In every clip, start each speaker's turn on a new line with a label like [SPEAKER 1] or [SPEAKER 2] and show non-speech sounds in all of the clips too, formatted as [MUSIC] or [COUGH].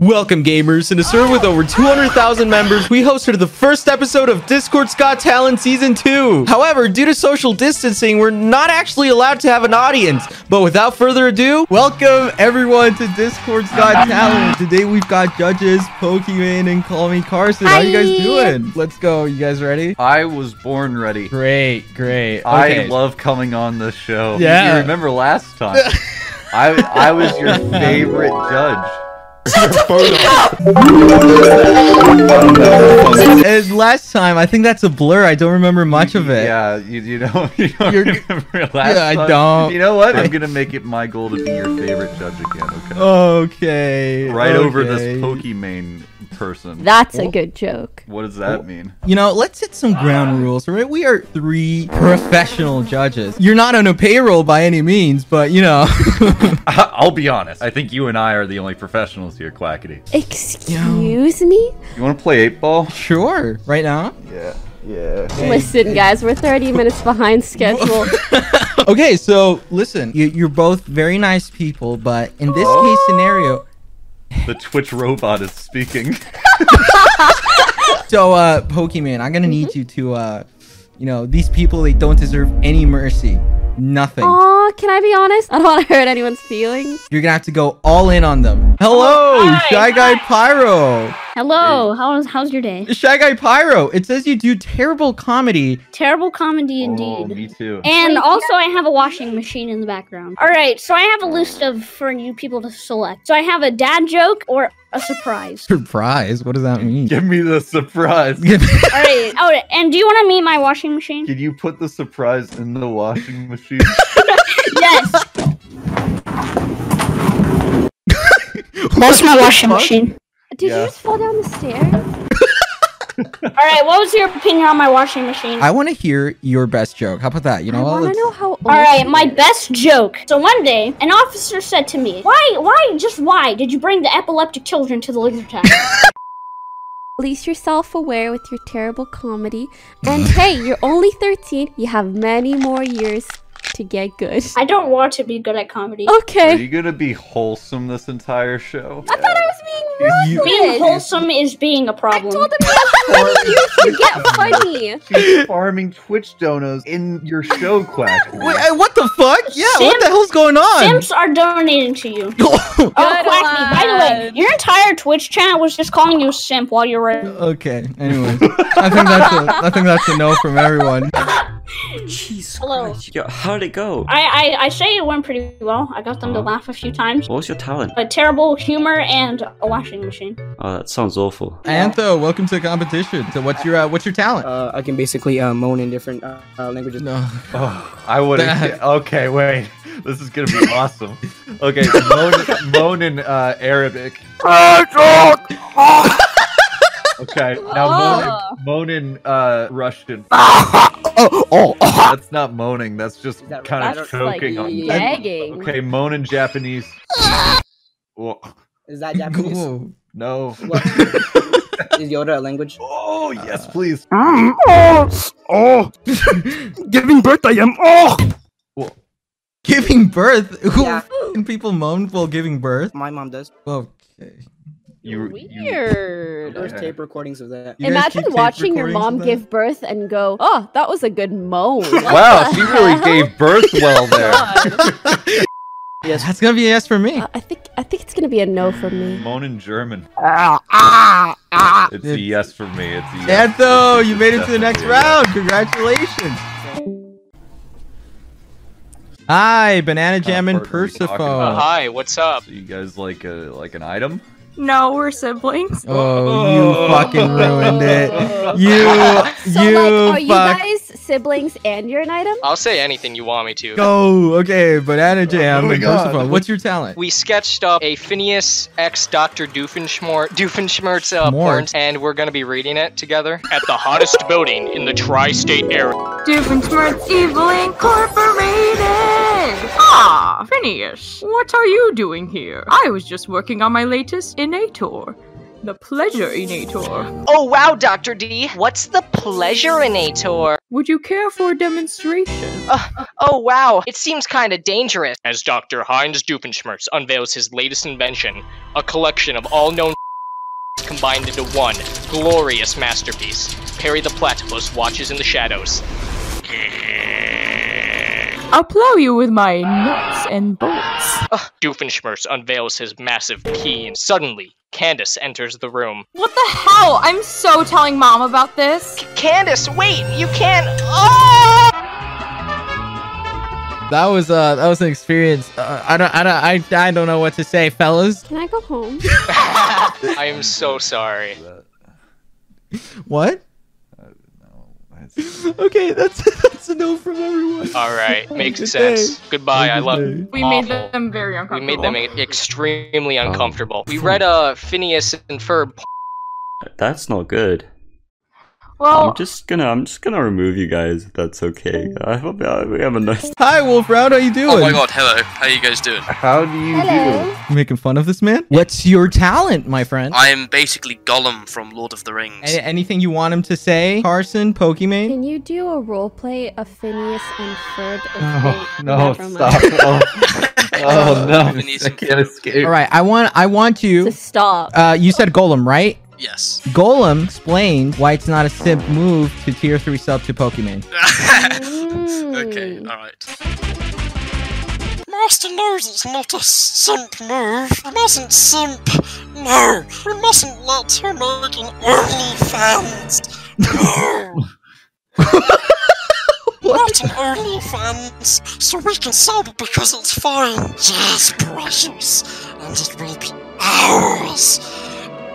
[SPEAKER 1] Welcome, gamers, and to serve with over 200,000 members, we hosted the first episode of Discord's Got Talent Season 2. However, due to social distancing, we're not actually allowed to have an audience. But without further ado, welcome everyone to Discord's Got Talent. Today we've got judges, Pokemon, and Call Me Carson. How you guys
[SPEAKER 2] Hi.
[SPEAKER 1] doing? Let's go. You guys ready?
[SPEAKER 3] I was born ready.
[SPEAKER 1] Great, great.
[SPEAKER 3] I love coming on this show.
[SPEAKER 1] Yeah.
[SPEAKER 3] You remember last time? [LAUGHS] I I was your favorite judge.
[SPEAKER 1] and last time, I think that's a blur. I don't remember much of it.
[SPEAKER 3] Yeah, you, you know [LAUGHS] you don't
[SPEAKER 1] You're-
[SPEAKER 3] remember last
[SPEAKER 1] Yeah, I
[SPEAKER 3] time.
[SPEAKER 1] don't.
[SPEAKER 3] You know what?
[SPEAKER 1] I-
[SPEAKER 3] I'm gonna make it my goal to be your favorite judge again. Okay.
[SPEAKER 1] Okay.
[SPEAKER 3] right over this
[SPEAKER 1] okay.
[SPEAKER 3] Pokimane person.
[SPEAKER 2] That's a good joke.
[SPEAKER 3] what does that mean?
[SPEAKER 1] You know, let's hit some ground rules, all right? We are three professional judges. You're not on a payroll by any means, but you know.
[SPEAKER 3] [LAUGHS]
[SPEAKER 1] [LAUGHS]
[SPEAKER 3] I'll be honest. I think you and I are the only professionals here, Quackity.
[SPEAKER 2] Excuse me?
[SPEAKER 3] You want to play eight ball?
[SPEAKER 1] sure. Right now?
[SPEAKER 3] Yeah. Yeah.
[SPEAKER 2] Listen, guys, we're 30 minutes behind [LAUGHS] schedule.
[SPEAKER 1] [LAUGHS] Okay, so listen, you, you're both very nice people, but in this case scenario,
[SPEAKER 3] The Twitch robot is speaking.
[SPEAKER 1] so uh, Pokemon, I'm gonna need you to, uh, you know, these people, they don't deserve any mercy. Nothing.
[SPEAKER 2] Aw, can I be honest? I don't want to hurt anyone's feelings.
[SPEAKER 1] You're gonna have to go all in on them. Hello,
[SPEAKER 4] Hi,
[SPEAKER 1] Shy Guy Pyro.
[SPEAKER 4] Hello, how's how's
[SPEAKER 3] [LAUGHS]
[SPEAKER 4] your day?
[SPEAKER 1] Shy Guy Pyro, it says you do terrible comedy.
[SPEAKER 4] Terrible comedy
[SPEAKER 3] oh,
[SPEAKER 4] indeed.
[SPEAKER 3] me too.
[SPEAKER 4] and also I have a washing machine in the background. All right, so I have a list of for you people to select. So I have a dad joke or a surprise.
[SPEAKER 1] Surprise, what does that mean? [LAUGHS]
[SPEAKER 3] Give me the surprise.
[SPEAKER 4] All
[SPEAKER 3] [LAUGHS]
[SPEAKER 4] right. Oh, and do you want to meet my washing machine?
[SPEAKER 3] Can you put the surprise in the washing
[SPEAKER 5] [LAUGHS]
[SPEAKER 3] machine?
[SPEAKER 4] yes.
[SPEAKER 1] That's
[SPEAKER 4] That's my washing machine.
[SPEAKER 2] Did
[SPEAKER 3] Yeah.
[SPEAKER 2] you just fall down the stairs?
[SPEAKER 4] All right, what was your opinion on my washing machine?
[SPEAKER 1] [LAUGHS] I want to hear your best joke. How about that? You know
[SPEAKER 2] I
[SPEAKER 1] what?
[SPEAKER 2] want
[SPEAKER 1] Let's-
[SPEAKER 2] to know how old.
[SPEAKER 4] All right, my best joke. So one day, an officer said to me, "Why, why, just why did you bring the epileptic children to the laser tag?"
[SPEAKER 2] At least you're self aware with your terrible comedy.
[SPEAKER 3] [LAUGHS]
[SPEAKER 2] And hey, you're only 13. You have many more years to get good.
[SPEAKER 4] I don't want to be good at comedy.
[SPEAKER 3] Are
[SPEAKER 2] Okay.
[SPEAKER 3] you gonna be wholesome this entire show?
[SPEAKER 2] I thought I was being
[SPEAKER 1] You-
[SPEAKER 4] Being
[SPEAKER 2] ruthless.
[SPEAKER 4] wholesome is being a
[SPEAKER 2] I
[SPEAKER 4] problem.
[SPEAKER 2] told him
[SPEAKER 1] [LAUGHS]
[SPEAKER 2] you have to get
[SPEAKER 3] [LAUGHS]
[SPEAKER 2] funny.
[SPEAKER 5] [LAUGHS]
[SPEAKER 3] She's farming Twitch donos in your show, Quack.
[SPEAKER 1] Wait, uh, what the fuck? Yeah, what
[SPEAKER 4] Simp-
[SPEAKER 1] the hell's going on?
[SPEAKER 4] Simps are donating to you. Oh,
[SPEAKER 2] Good
[SPEAKER 4] Quackney, by the way,
[SPEAKER 2] one.
[SPEAKER 4] your entire Twitch channel was just calling you a simp while you were.
[SPEAKER 1] [LAUGHS] okay. Anyways, I think that's a, I think that's a no from everyone.
[SPEAKER 6] Jesus
[SPEAKER 4] Hello.
[SPEAKER 6] Christ. Yo, how'd it go?
[SPEAKER 4] I, I, I say it went pretty well. I got them to
[SPEAKER 6] Huh?
[SPEAKER 4] laugh a few times.
[SPEAKER 6] What was your talent?
[SPEAKER 4] A terrible humor and a washing machine.
[SPEAKER 6] Oh, that sounds awful.
[SPEAKER 1] Antho, welcome to the competition. So what's your uh, what's your talent?
[SPEAKER 5] uh, I can basically uh, moan in different uh, uh, languages.
[SPEAKER 1] no.
[SPEAKER 3] Oh, I would
[SPEAKER 1] That-
[SPEAKER 3] have. Okay, wait. This is gonna
[SPEAKER 5] [LAUGHS]
[SPEAKER 3] be awesome. Okay, moan, moan in uh, Arabic. Okay,
[SPEAKER 5] Oh.
[SPEAKER 3] now moan, in- moan in uh,
[SPEAKER 5] [LAUGHS]
[SPEAKER 3] Russian. That's not moaning. That's just
[SPEAKER 5] Is that right?
[SPEAKER 3] kind of
[SPEAKER 5] That's
[SPEAKER 3] choking on.
[SPEAKER 2] gagging.
[SPEAKER 3] Okay, moan in
[SPEAKER 5] [LAUGHS]
[SPEAKER 3] Japanese. Whoa,
[SPEAKER 5] Is that Japanese?
[SPEAKER 1] Cool.
[SPEAKER 3] no.
[SPEAKER 5] What? Is Yoda a language?
[SPEAKER 3] Oh yes, please.
[SPEAKER 1] Giving birth? [LAUGHS] Who
[SPEAKER 5] Yeah.
[SPEAKER 1] f***ing people moan while giving birth?
[SPEAKER 5] My mom does.
[SPEAKER 1] Okay.
[SPEAKER 3] You, you
[SPEAKER 2] Weird.
[SPEAKER 5] There's
[SPEAKER 3] Yeah.
[SPEAKER 5] tape recordings of that.
[SPEAKER 1] You guys
[SPEAKER 2] Imagine
[SPEAKER 1] keep tape
[SPEAKER 2] watching your
[SPEAKER 1] recordings
[SPEAKER 2] mom
[SPEAKER 1] of that?
[SPEAKER 2] give birth and go, "Oh, that was a good moan."
[SPEAKER 3] Wow, she really gave birth well there.
[SPEAKER 5] Yes.
[SPEAKER 1] That's gonna be a yes for me.
[SPEAKER 2] Uh, I think I think it's gonna be a no from me.
[SPEAKER 3] Moan in German. [LAUGHS] Ah, It's a
[SPEAKER 1] It's-
[SPEAKER 3] yes for me. It's a yes.
[SPEAKER 1] Antho, you
[SPEAKER 3] It's
[SPEAKER 1] made it to the next
[SPEAKER 3] definitely a yes.
[SPEAKER 1] round. Congratulations. Hi, Banana Jam and
[SPEAKER 3] What are we talking
[SPEAKER 7] Uh,
[SPEAKER 3] about?
[SPEAKER 1] Persephone.
[SPEAKER 7] hi, what's up?
[SPEAKER 3] So you guys like a like an item?
[SPEAKER 8] No, we're siblings.
[SPEAKER 1] Oh, you fucking ruined
[SPEAKER 2] [LAUGHS]
[SPEAKER 1] it. You,
[SPEAKER 2] So,
[SPEAKER 1] you,
[SPEAKER 2] like, are you
[SPEAKER 1] fuck.
[SPEAKER 2] guys siblings and you're an item?
[SPEAKER 7] I'll say anything you want me to.
[SPEAKER 1] Go. Okay, Banana Jam
[SPEAKER 3] Oh my
[SPEAKER 1] and
[SPEAKER 3] God.
[SPEAKER 1] Persephone. What's your talent?
[SPEAKER 7] We sketched up a Phineas X Dr. Doofenshmirtz, Doofenshmirtz uh, porn,
[SPEAKER 1] Schmort.
[SPEAKER 7] and we're gonna be reading it together. At the hottest building in the tri-state area.
[SPEAKER 8] Doofenshmirtz Evil Incorporated! Ah, Phineas, what are you doing here? I was just working on my latest Innator. The Pleasure Innator.
[SPEAKER 9] Oh wow, Dr. D. What's the pleasureinator?
[SPEAKER 8] Would you care for a demonstration?
[SPEAKER 7] Oh, wow. It seems kind of dangerous. As Dr. Heinz Doofenshmirtz unveils his latest invention, a collection of all known [LAUGHS] combined into one glorious masterpiece, Perry the Platypus watches in the shadows.
[SPEAKER 8] I'll plow you with my nuts and bolts.
[SPEAKER 7] Ugh. Doofenshmirtz unveils his massive key, and suddenly, Candace enters the room.
[SPEAKER 8] What the hell? I'm so telling mom about this.
[SPEAKER 7] Candace, wait! You can't. Oh!
[SPEAKER 1] That was uh that was an experience. Uh, I don't I don't I, I don't know what to say, fellas.
[SPEAKER 2] Can I go home?
[SPEAKER 7] I am
[SPEAKER 1] [LAUGHS]
[SPEAKER 7] so sorry.
[SPEAKER 1] What? [LAUGHS] Okay, that's [LAUGHS] that's a no from everyone.
[SPEAKER 7] All right,
[SPEAKER 1] Good
[SPEAKER 7] makes sense.
[SPEAKER 1] day.
[SPEAKER 7] Goodbye. I love.
[SPEAKER 1] Good day.
[SPEAKER 8] We made
[SPEAKER 7] Awful.
[SPEAKER 8] them very
[SPEAKER 7] We
[SPEAKER 8] uncomfortable.
[SPEAKER 7] made them e- extremely
[SPEAKER 1] Um,
[SPEAKER 7] uncomfortable.
[SPEAKER 1] hmm.
[SPEAKER 7] We read uh Phineas and Ferb.
[SPEAKER 6] That's not good.
[SPEAKER 8] Well,
[SPEAKER 6] I'm just gonna, I'm just gonna remove you guys if that's okay. I hope uh, we have
[SPEAKER 1] [LAUGHS]
[SPEAKER 6] a nice.
[SPEAKER 1] Hi, Wolf Round. How you doing?
[SPEAKER 9] Oh my god, hello. How you guys doing?
[SPEAKER 3] How do you do?
[SPEAKER 1] You making fun of this man? What's your talent, my friend?
[SPEAKER 9] I am basically Gollum from Lord of the Rings.
[SPEAKER 1] A- anything you want him to say, Carson, Pokimane?
[SPEAKER 2] Can you do a role play of Phineas and Ferb? if they-
[SPEAKER 3] No, no,
[SPEAKER 2] never mind.
[SPEAKER 3] stop. Oh, oh no, I can't escape.
[SPEAKER 1] All right, I want I want
[SPEAKER 2] So
[SPEAKER 1] you. [LAUGHS]
[SPEAKER 2] stop.
[SPEAKER 1] Uh, you said Golem, right?
[SPEAKER 9] Yes.
[SPEAKER 1] Golem explained why it's not a simp move to tier three sub to Pokemon.
[SPEAKER 9] okay,
[SPEAKER 2] Mm.
[SPEAKER 9] alright. Master knows it's not a simp move. We mustn't simp. No, we mustn't let her make an OnlyFans. No. Not an OnlyFans, so we can sub because it's fine. Yes, precious, and it will be ours.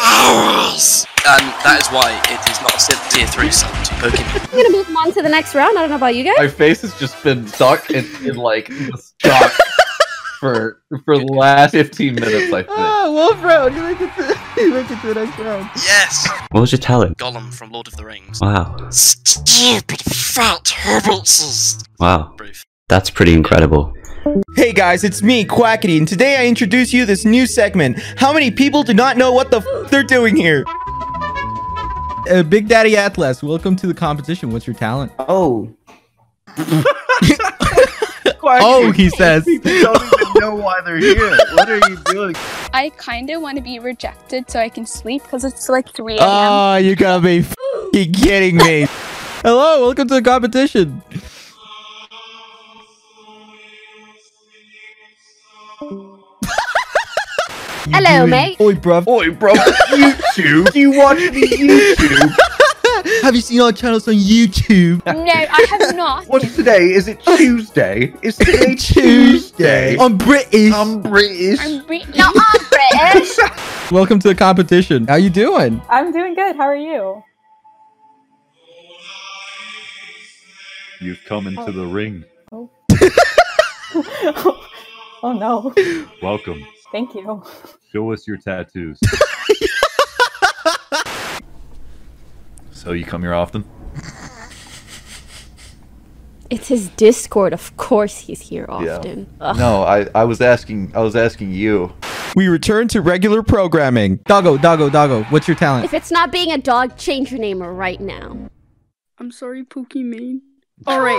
[SPEAKER 9] Ours. And that is why it is not a simp tier three sub to Pokemon.
[SPEAKER 2] I'm gonna move on to the next round. I don't know about you guys.
[SPEAKER 3] My face has just been stuck in, in like the stock for for the last fifteen minutes. I think.
[SPEAKER 1] Wolf Round, you make it to, you make it to the next round.
[SPEAKER 9] Yes!
[SPEAKER 6] What was your talent?
[SPEAKER 9] Gollum from Lord of the Rings.
[SPEAKER 6] Wow,
[SPEAKER 9] Stupid fat hobbitses!
[SPEAKER 6] wow,
[SPEAKER 9] Brief.
[SPEAKER 6] that's pretty incredible.
[SPEAKER 1] Hey guys, it's me, Quackity, and today I introduce you this new segment. How many people do not know what the f- they're doing here? Uh, Big Daddy Atlas, welcome to the competition. What's your talent?
[SPEAKER 5] Oh.
[SPEAKER 1] [LAUGHS] Oh, he says.
[SPEAKER 3] [LAUGHS] don't even know why they're here. What are you doing?
[SPEAKER 10] I kind of want to be rejected so I can sleep because it's like 3 a.m.
[SPEAKER 1] Oh, you gotta be f***ing kidding me. Hello, welcome to the competition.
[SPEAKER 2] Hello, mate.
[SPEAKER 1] Oi, bruv.
[SPEAKER 3] Boy, bro, YouTube. Do you watch me YouTube?
[SPEAKER 1] Have you seen our channels on [LAUGHS] YouTube?
[SPEAKER 10] no, I have not.
[SPEAKER 3] What's today? Is it Tuesday? Is today Tuesday?
[SPEAKER 1] I'm British.
[SPEAKER 3] I'm British.
[SPEAKER 10] [LAUGHS] I'm re- no, oh. I'm British.
[SPEAKER 1] Welcome to the competition. How you doing?
[SPEAKER 11] I'm doing good. How are you?
[SPEAKER 12] You've come into the ring.
[SPEAKER 11] oh no. [LAUGHS]
[SPEAKER 12] Welcome.
[SPEAKER 11] Thank you.
[SPEAKER 12] Show us your
[SPEAKER 3] [LAUGHS]
[SPEAKER 12] tattoos. so you come here often?
[SPEAKER 2] It's his Discord. Of course, he's here
[SPEAKER 12] Yeah.
[SPEAKER 2] often. Ugh.
[SPEAKER 12] No, I, I was asking I was asking you.
[SPEAKER 1] We return to regular programming. Doggo, doggo, doggo. What's your [LAUGHS] talent?
[SPEAKER 2] If it's not being a dog, change your name right now.
[SPEAKER 10] I'm sorry, Pokimane.
[SPEAKER 8] all [LAUGHS] right.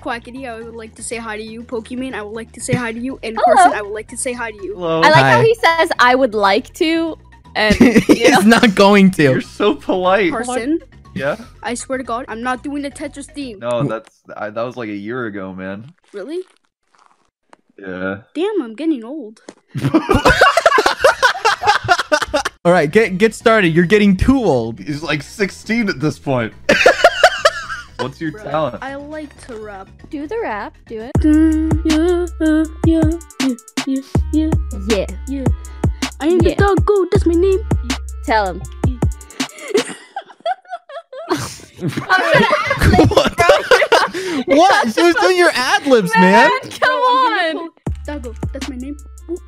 [SPEAKER 10] Quackity, I would like to say hi to you. Pokimane, I would like to say hi to you. And Carson, I would like to say hi to you.
[SPEAKER 3] Hello.
[SPEAKER 2] I like how
[SPEAKER 1] hi.
[SPEAKER 2] he says, "I would like to," and
[SPEAKER 1] [LAUGHS] He's not going to.
[SPEAKER 3] You're so polite.
[SPEAKER 10] Carson,
[SPEAKER 3] Yeah.
[SPEAKER 10] I swear to God, I'm not doing the Tetris theme.
[SPEAKER 3] No, that's I, that was like a year ago, man.
[SPEAKER 10] Really?
[SPEAKER 3] Yeah.
[SPEAKER 10] Damn, I'm getting old.
[SPEAKER 1] All right, get get started. You're getting too old.
[SPEAKER 3] He's like 16 at this point. What's your talent?
[SPEAKER 10] I like to rap.
[SPEAKER 2] do the rap. Do it.
[SPEAKER 10] Yeah, uh, yeah, yeah, yeah, yeah,
[SPEAKER 2] Yeah.
[SPEAKER 10] yeah. I am
[SPEAKER 2] Yeah.
[SPEAKER 10] the dog go, that's my name.
[SPEAKER 2] Tell him.
[SPEAKER 1] [LAUGHS] what? [LAUGHS] what? She was doing your ad libs, man.
[SPEAKER 2] Come on.
[SPEAKER 10] Doggo, that's my name. Wh-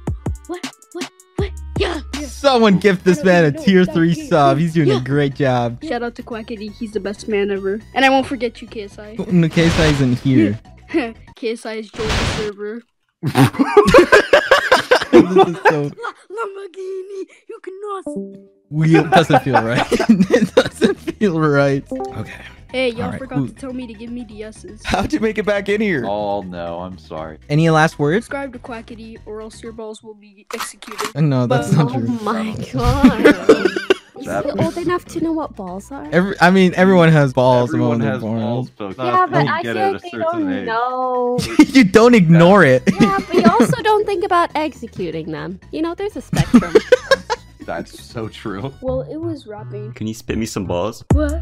[SPEAKER 10] What? What? What? Yeah. yeah.
[SPEAKER 1] Someone gift this man a tier three sub. He's doing a great job.
[SPEAKER 10] Shout out to Quackity, he's the best man ever. And I won't forget you, KSI.
[SPEAKER 1] In the case I [LAUGHS] isn't here.
[SPEAKER 10] KSI is Joel's server.
[SPEAKER 1] [LAUGHS] this is so.
[SPEAKER 4] La- Lamborghini, you cannot.
[SPEAKER 1] We it doesn't feel right. [LAUGHS] it doesn't feel right. Okay.
[SPEAKER 4] Hey, y'all
[SPEAKER 1] All right,
[SPEAKER 4] forgot
[SPEAKER 1] who-
[SPEAKER 4] to tell me to give me the S's.
[SPEAKER 13] How'd you make it back in
[SPEAKER 1] [LAUGHS]
[SPEAKER 13] here?
[SPEAKER 3] Oh no, I'm sorry.
[SPEAKER 1] Any last words?
[SPEAKER 4] Subscribe to Quackity, or else your balls will be executed.
[SPEAKER 1] Uh, No, that's not true.
[SPEAKER 2] Oh my
[SPEAKER 3] [LAUGHS]
[SPEAKER 2] god. Is
[SPEAKER 1] That
[SPEAKER 2] he
[SPEAKER 1] was-
[SPEAKER 2] old enough to know what balls are?
[SPEAKER 1] Every, I mean, everyone has balls. the
[SPEAKER 3] Everyone
[SPEAKER 1] moment they're
[SPEAKER 3] has
[SPEAKER 1] born.
[SPEAKER 3] balls, but
[SPEAKER 2] yeah,
[SPEAKER 3] not
[SPEAKER 2] but
[SPEAKER 3] you
[SPEAKER 2] I
[SPEAKER 3] get
[SPEAKER 2] feel
[SPEAKER 3] it at
[SPEAKER 2] like
[SPEAKER 3] a
[SPEAKER 2] they
[SPEAKER 3] certain
[SPEAKER 2] don't
[SPEAKER 3] age. [LAUGHS]
[SPEAKER 2] know.
[SPEAKER 1] [LAUGHS] you don't ignore it.
[SPEAKER 2] yeah, but you also don't think about executing them. You know, there's a spectrum.
[SPEAKER 3] That's so true.
[SPEAKER 4] Well, it was rapping.
[SPEAKER 6] Can you spit me some balls?
[SPEAKER 4] What?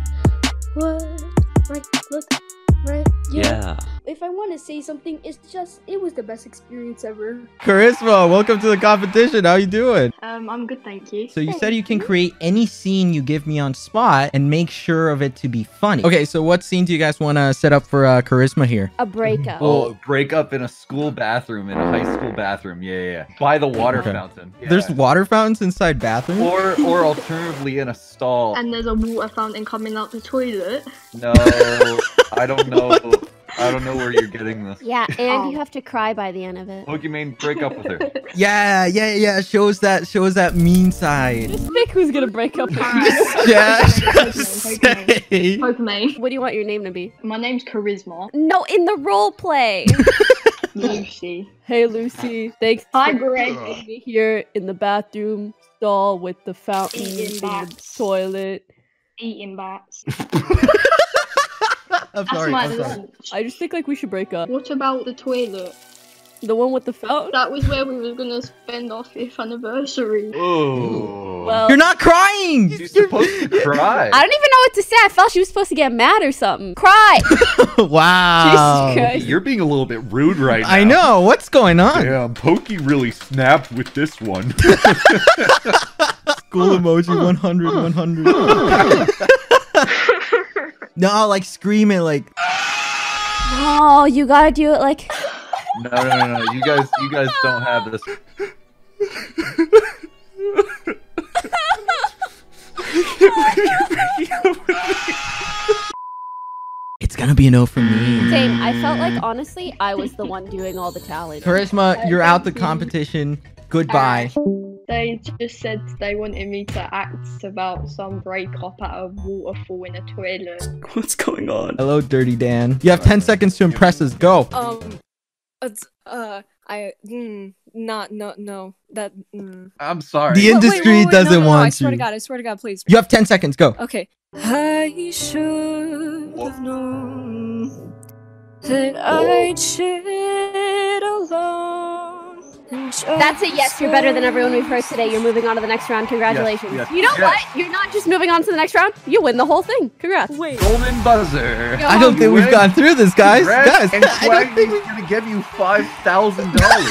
[SPEAKER 4] What? Right, look, right,
[SPEAKER 6] [LAUGHS] Yeah.
[SPEAKER 4] If I want to say something, it's just, it was the best experience ever.
[SPEAKER 1] [LAUGHS] Charisma, welcome to the competition. How you doing?
[SPEAKER 4] Um, I'm good, thank you.
[SPEAKER 1] So you said you can create any scene you give me on spot and make sure of it to be funny. Okay, so what scene do you guys want to set up for uh, charisma here?
[SPEAKER 2] A breakup.
[SPEAKER 3] Oh, break up in a school bathroom, in a high school bathroom. Yeah, yeah, yeah. By the water
[SPEAKER 1] Okay.
[SPEAKER 3] fountain. Yeah.
[SPEAKER 1] There's water fountains inside bathrooms.
[SPEAKER 3] or or alternatively in a stall.
[SPEAKER 14] And there's a water fountain coming out the toilet.
[SPEAKER 3] No, I don't know. I don't know where you're getting this.
[SPEAKER 2] Yeah, and you have to cry by the end of it.
[SPEAKER 3] Pokemon, break up with
[SPEAKER 2] [LAUGHS]
[SPEAKER 3] her.
[SPEAKER 1] yeah, yeah, yeah. Shows that shows that mean side.
[SPEAKER 2] Pick who's gonna break up with
[SPEAKER 1] [LAUGHS] yeah. [LAUGHS]
[SPEAKER 2] you.
[SPEAKER 14] Pokemon.
[SPEAKER 2] What do you want your name to be?
[SPEAKER 14] My name's [LAUGHS] Charisma.
[SPEAKER 2] No, in the role play.
[SPEAKER 14] Lucy.
[SPEAKER 2] [LAUGHS] Hey Lucy, thanks.
[SPEAKER 14] Hi,
[SPEAKER 2] for
[SPEAKER 14] Greg.
[SPEAKER 2] having me Here in the bathroom stall with the fountain,
[SPEAKER 14] Eating
[SPEAKER 2] the toilet.
[SPEAKER 14] Eating bats.
[SPEAKER 1] I'm
[SPEAKER 14] That's
[SPEAKER 1] sorry.
[SPEAKER 14] my
[SPEAKER 1] I'm sorry.
[SPEAKER 14] lunch.
[SPEAKER 2] I just think like we should break up.
[SPEAKER 14] What about the toilet?
[SPEAKER 2] The one with the fountain.
[SPEAKER 14] That was where we were gonna spend our fifth anniversary.
[SPEAKER 3] Oh.
[SPEAKER 2] Well-
[SPEAKER 1] You're not crying. You're
[SPEAKER 2] [LAUGHS]
[SPEAKER 3] supposed to
[SPEAKER 2] I don't even know what to say. I felt she was supposed to get mad or something. [LAUGHS] Cry.
[SPEAKER 1] [LAUGHS] wow.
[SPEAKER 2] Jesus Christ.
[SPEAKER 15] You're being a little bit rude right now.
[SPEAKER 1] I know. What's going on?
[SPEAKER 15] Damn, Pokey really snapped with this one.
[SPEAKER 1] School emoji 100, 100. [LAUGHS] no, like screaming, like
[SPEAKER 2] no, Oh, you gotta do it like.
[SPEAKER 3] No, no, no, no. You guys, you guys don't have this.
[SPEAKER 1] it's gonna be a no for me.
[SPEAKER 2] [LAUGHS] Same. I felt
[SPEAKER 3] Mm.
[SPEAKER 2] like honestly, I was the one doing all the talent.
[SPEAKER 1] Charisma, you're out the competition. Goodbye.
[SPEAKER 16] They just said they wanted me to act about some breakup at a waterfall in a toilet.
[SPEAKER 1] What's going on? Hello, Dirty Dan. You have 10 seconds to impress us. Go.
[SPEAKER 8] Um, it's, uh, I, mm, not, no, no, that, mm.
[SPEAKER 3] I'm sorry.
[SPEAKER 1] The
[SPEAKER 8] Wait, wait,
[SPEAKER 1] industry
[SPEAKER 8] wait, wait,
[SPEAKER 1] doesn't
[SPEAKER 8] no, no, no, I
[SPEAKER 1] want
[SPEAKER 8] swear to
[SPEAKER 1] you.
[SPEAKER 8] God, I swear to God, please.
[SPEAKER 1] You have 10 seconds. Go.
[SPEAKER 8] Okay. I should have known that I'd shit alone.
[SPEAKER 2] That's a yes. You're better than everyone we've heard today. You're moving on to the next round. Congratulations.
[SPEAKER 3] yes,
[SPEAKER 2] you know
[SPEAKER 3] yes.
[SPEAKER 2] what? You're not just moving on to the next round. You win the whole thing. Congrats. Wait.
[SPEAKER 3] Golden buzzer.
[SPEAKER 1] I don't think we've gone through this, guys.
[SPEAKER 3] Red
[SPEAKER 1] Guys, [LAUGHS]
[SPEAKER 3] and
[SPEAKER 1] I don't
[SPEAKER 3] Swaggy's gonna give you five thousand
[SPEAKER 1] [LAUGHS]
[SPEAKER 3] dollars.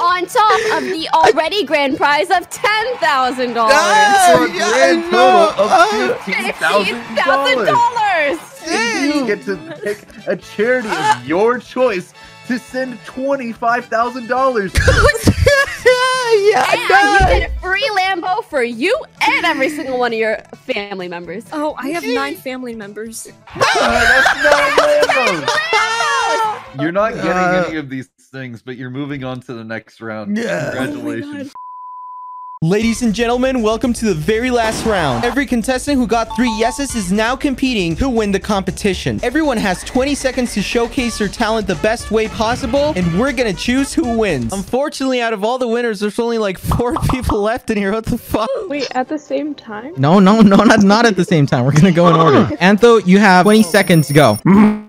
[SPEAKER 2] On top of the already grand prize of ten thousand
[SPEAKER 3] For a
[SPEAKER 2] dollars.
[SPEAKER 3] grand total
[SPEAKER 1] Uh,
[SPEAKER 3] of fifteen thousand dollars.
[SPEAKER 2] dollars.
[SPEAKER 1] [LAUGHS]
[SPEAKER 3] You get to pick a charity
[SPEAKER 1] Uh.
[SPEAKER 3] of your choice to send twenty-five thousand dollars.
[SPEAKER 1] yeah,
[SPEAKER 2] And you get a free Lambo for you and every single one of your family members.
[SPEAKER 8] Oh, I
[SPEAKER 1] [LAUGHS]
[SPEAKER 8] have nine family members.
[SPEAKER 3] You're not getting
[SPEAKER 1] Uh,
[SPEAKER 3] any of these things, but you're moving on to the next round.
[SPEAKER 13] Yeah.
[SPEAKER 3] Congratulations.
[SPEAKER 1] Oh
[SPEAKER 13] Ladies and gentlemen, welcome to the very last round. Every contestant who got three yeses is now competing to win the competition. Everyone has 20 seconds to showcase their talent the best way possible, and we're gonna choose who wins. Unfortunately, out of all the winners, there's only like four [LAUGHS] people left in here. What the fuck?
[SPEAKER 17] Wait, at the same time?
[SPEAKER 1] No, no, no, not, not at the same time. We're gonna go
[SPEAKER 17] [LAUGHS]
[SPEAKER 1] in order. Antho, you have 20 seconds. Go.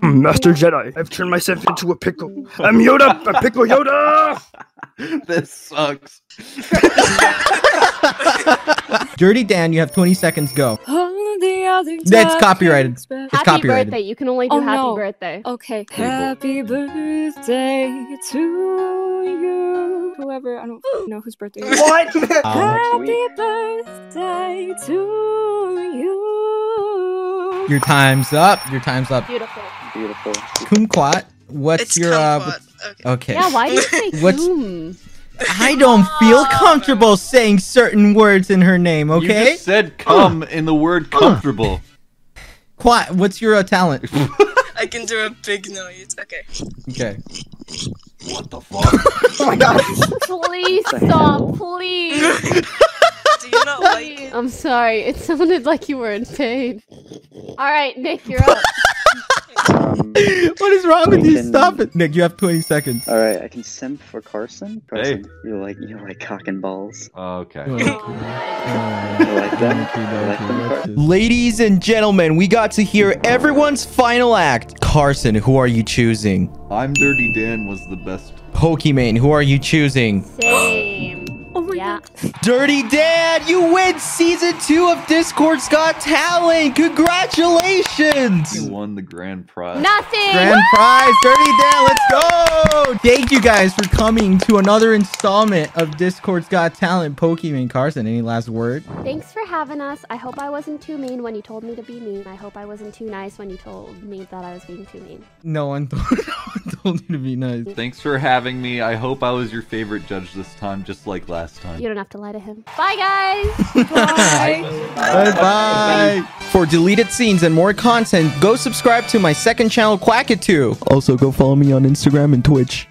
[SPEAKER 18] Master Jedi, I've turned myself into a pickle. I'm Yoda, a pickle Yoda.
[SPEAKER 3] this sucks.
[SPEAKER 1] Dirty Dan, you have 20 seconds. Go.
[SPEAKER 8] All the other
[SPEAKER 1] That's
[SPEAKER 8] time
[SPEAKER 1] copyrighted.
[SPEAKER 8] things back-
[SPEAKER 1] It's Happy copyrighted. birthday.
[SPEAKER 2] You can only
[SPEAKER 8] oh,
[SPEAKER 2] do happy
[SPEAKER 8] no.
[SPEAKER 2] birthday.
[SPEAKER 8] Okay. Happy birthday to you. Whoever, I don't know whose birthday it is.
[SPEAKER 17] What?
[SPEAKER 1] Oh,
[SPEAKER 8] Happy birthday to you.
[SPEAKER 1] Your time's up. Your time's up.
[SPEAKER 8] Beautiful.
[SPEAKER 1] Beautiful. Kumquat, what's your uh? Okay.
[SPEAKER 2] Yeah, why do you say
[SPEAKER 1] [LAUGHS] What's-
[SPEAKER 2] Zoom?
[SPEAKER 1] I don't feel comfortable saying certain words in her name. Okay.
[SPEAKER 3] You just said "come" in the word "comfortable."
[SPEAKER 1] Quat, [LAUGHS] what's your uh, talent? [LAUGHS]
[SPEAKER 19] I can do a big noise. Okay.
[SPEAKER 1] okay.
[SPEAKER 9] What the fuck? oh my god.
[SPEAKER 2] Please stop, please. I'm sorry. It sounded like you were in pain. All right, Nick, you're [LAUGHS] up.
[SPEAKER 20] what is wrong with you? Stop it, Nick. You have 20 seconds.
[SPEAKER 21] All right, I can simp for Carson. Carson, you like you like cock and balls.
[SPEAKER 3] okay.
[SPEAKER 21] like that? You like them, Carson?
[SPEAKER 1] Ladies and gentlemen, we got to hear everyone's final act. Carson, who are you choosing?
[SPEAKER 12] I'm Dirty Dan was the best.
[SPEAKER 1] Pokimane, who are you choosing?
[SPEAKER 2] Same. Oh my god.
[SPEAKER 1] Dirty Dan, you win season two of Discord's Got Talent. Congratulations.
[SPEAKER 12] You won the grand prize.
[SPEAKER 2] Nothing.
[SPEAKER 20] Grand prize, Dirty Dan, let's go! Thank you guys for coming to another installment of Discord's Got Talent. Pokemon Carson, any last word?
[SPEAKER 2] Thanks for having us. I hope I wasn't too mean when you told me to be mean. I hope I wasn't too nice when you told me that I was being too mean.
[SPEAKER 20] No one [LAUGHS] told, no one told you to be nice.
[SPEAKER 12] Thanks for having me. I hope I was your favorite judge this time, just like last time.
[SPEAKER 2] You don't have to lie to him. Bye, guys.
[SPEAKER 20] Bye.
[SPEAKER 1] For deleted scenes and more content, go subscribe to my second channel, Quackatoo. Also, go follow me on Instagram and Twitch.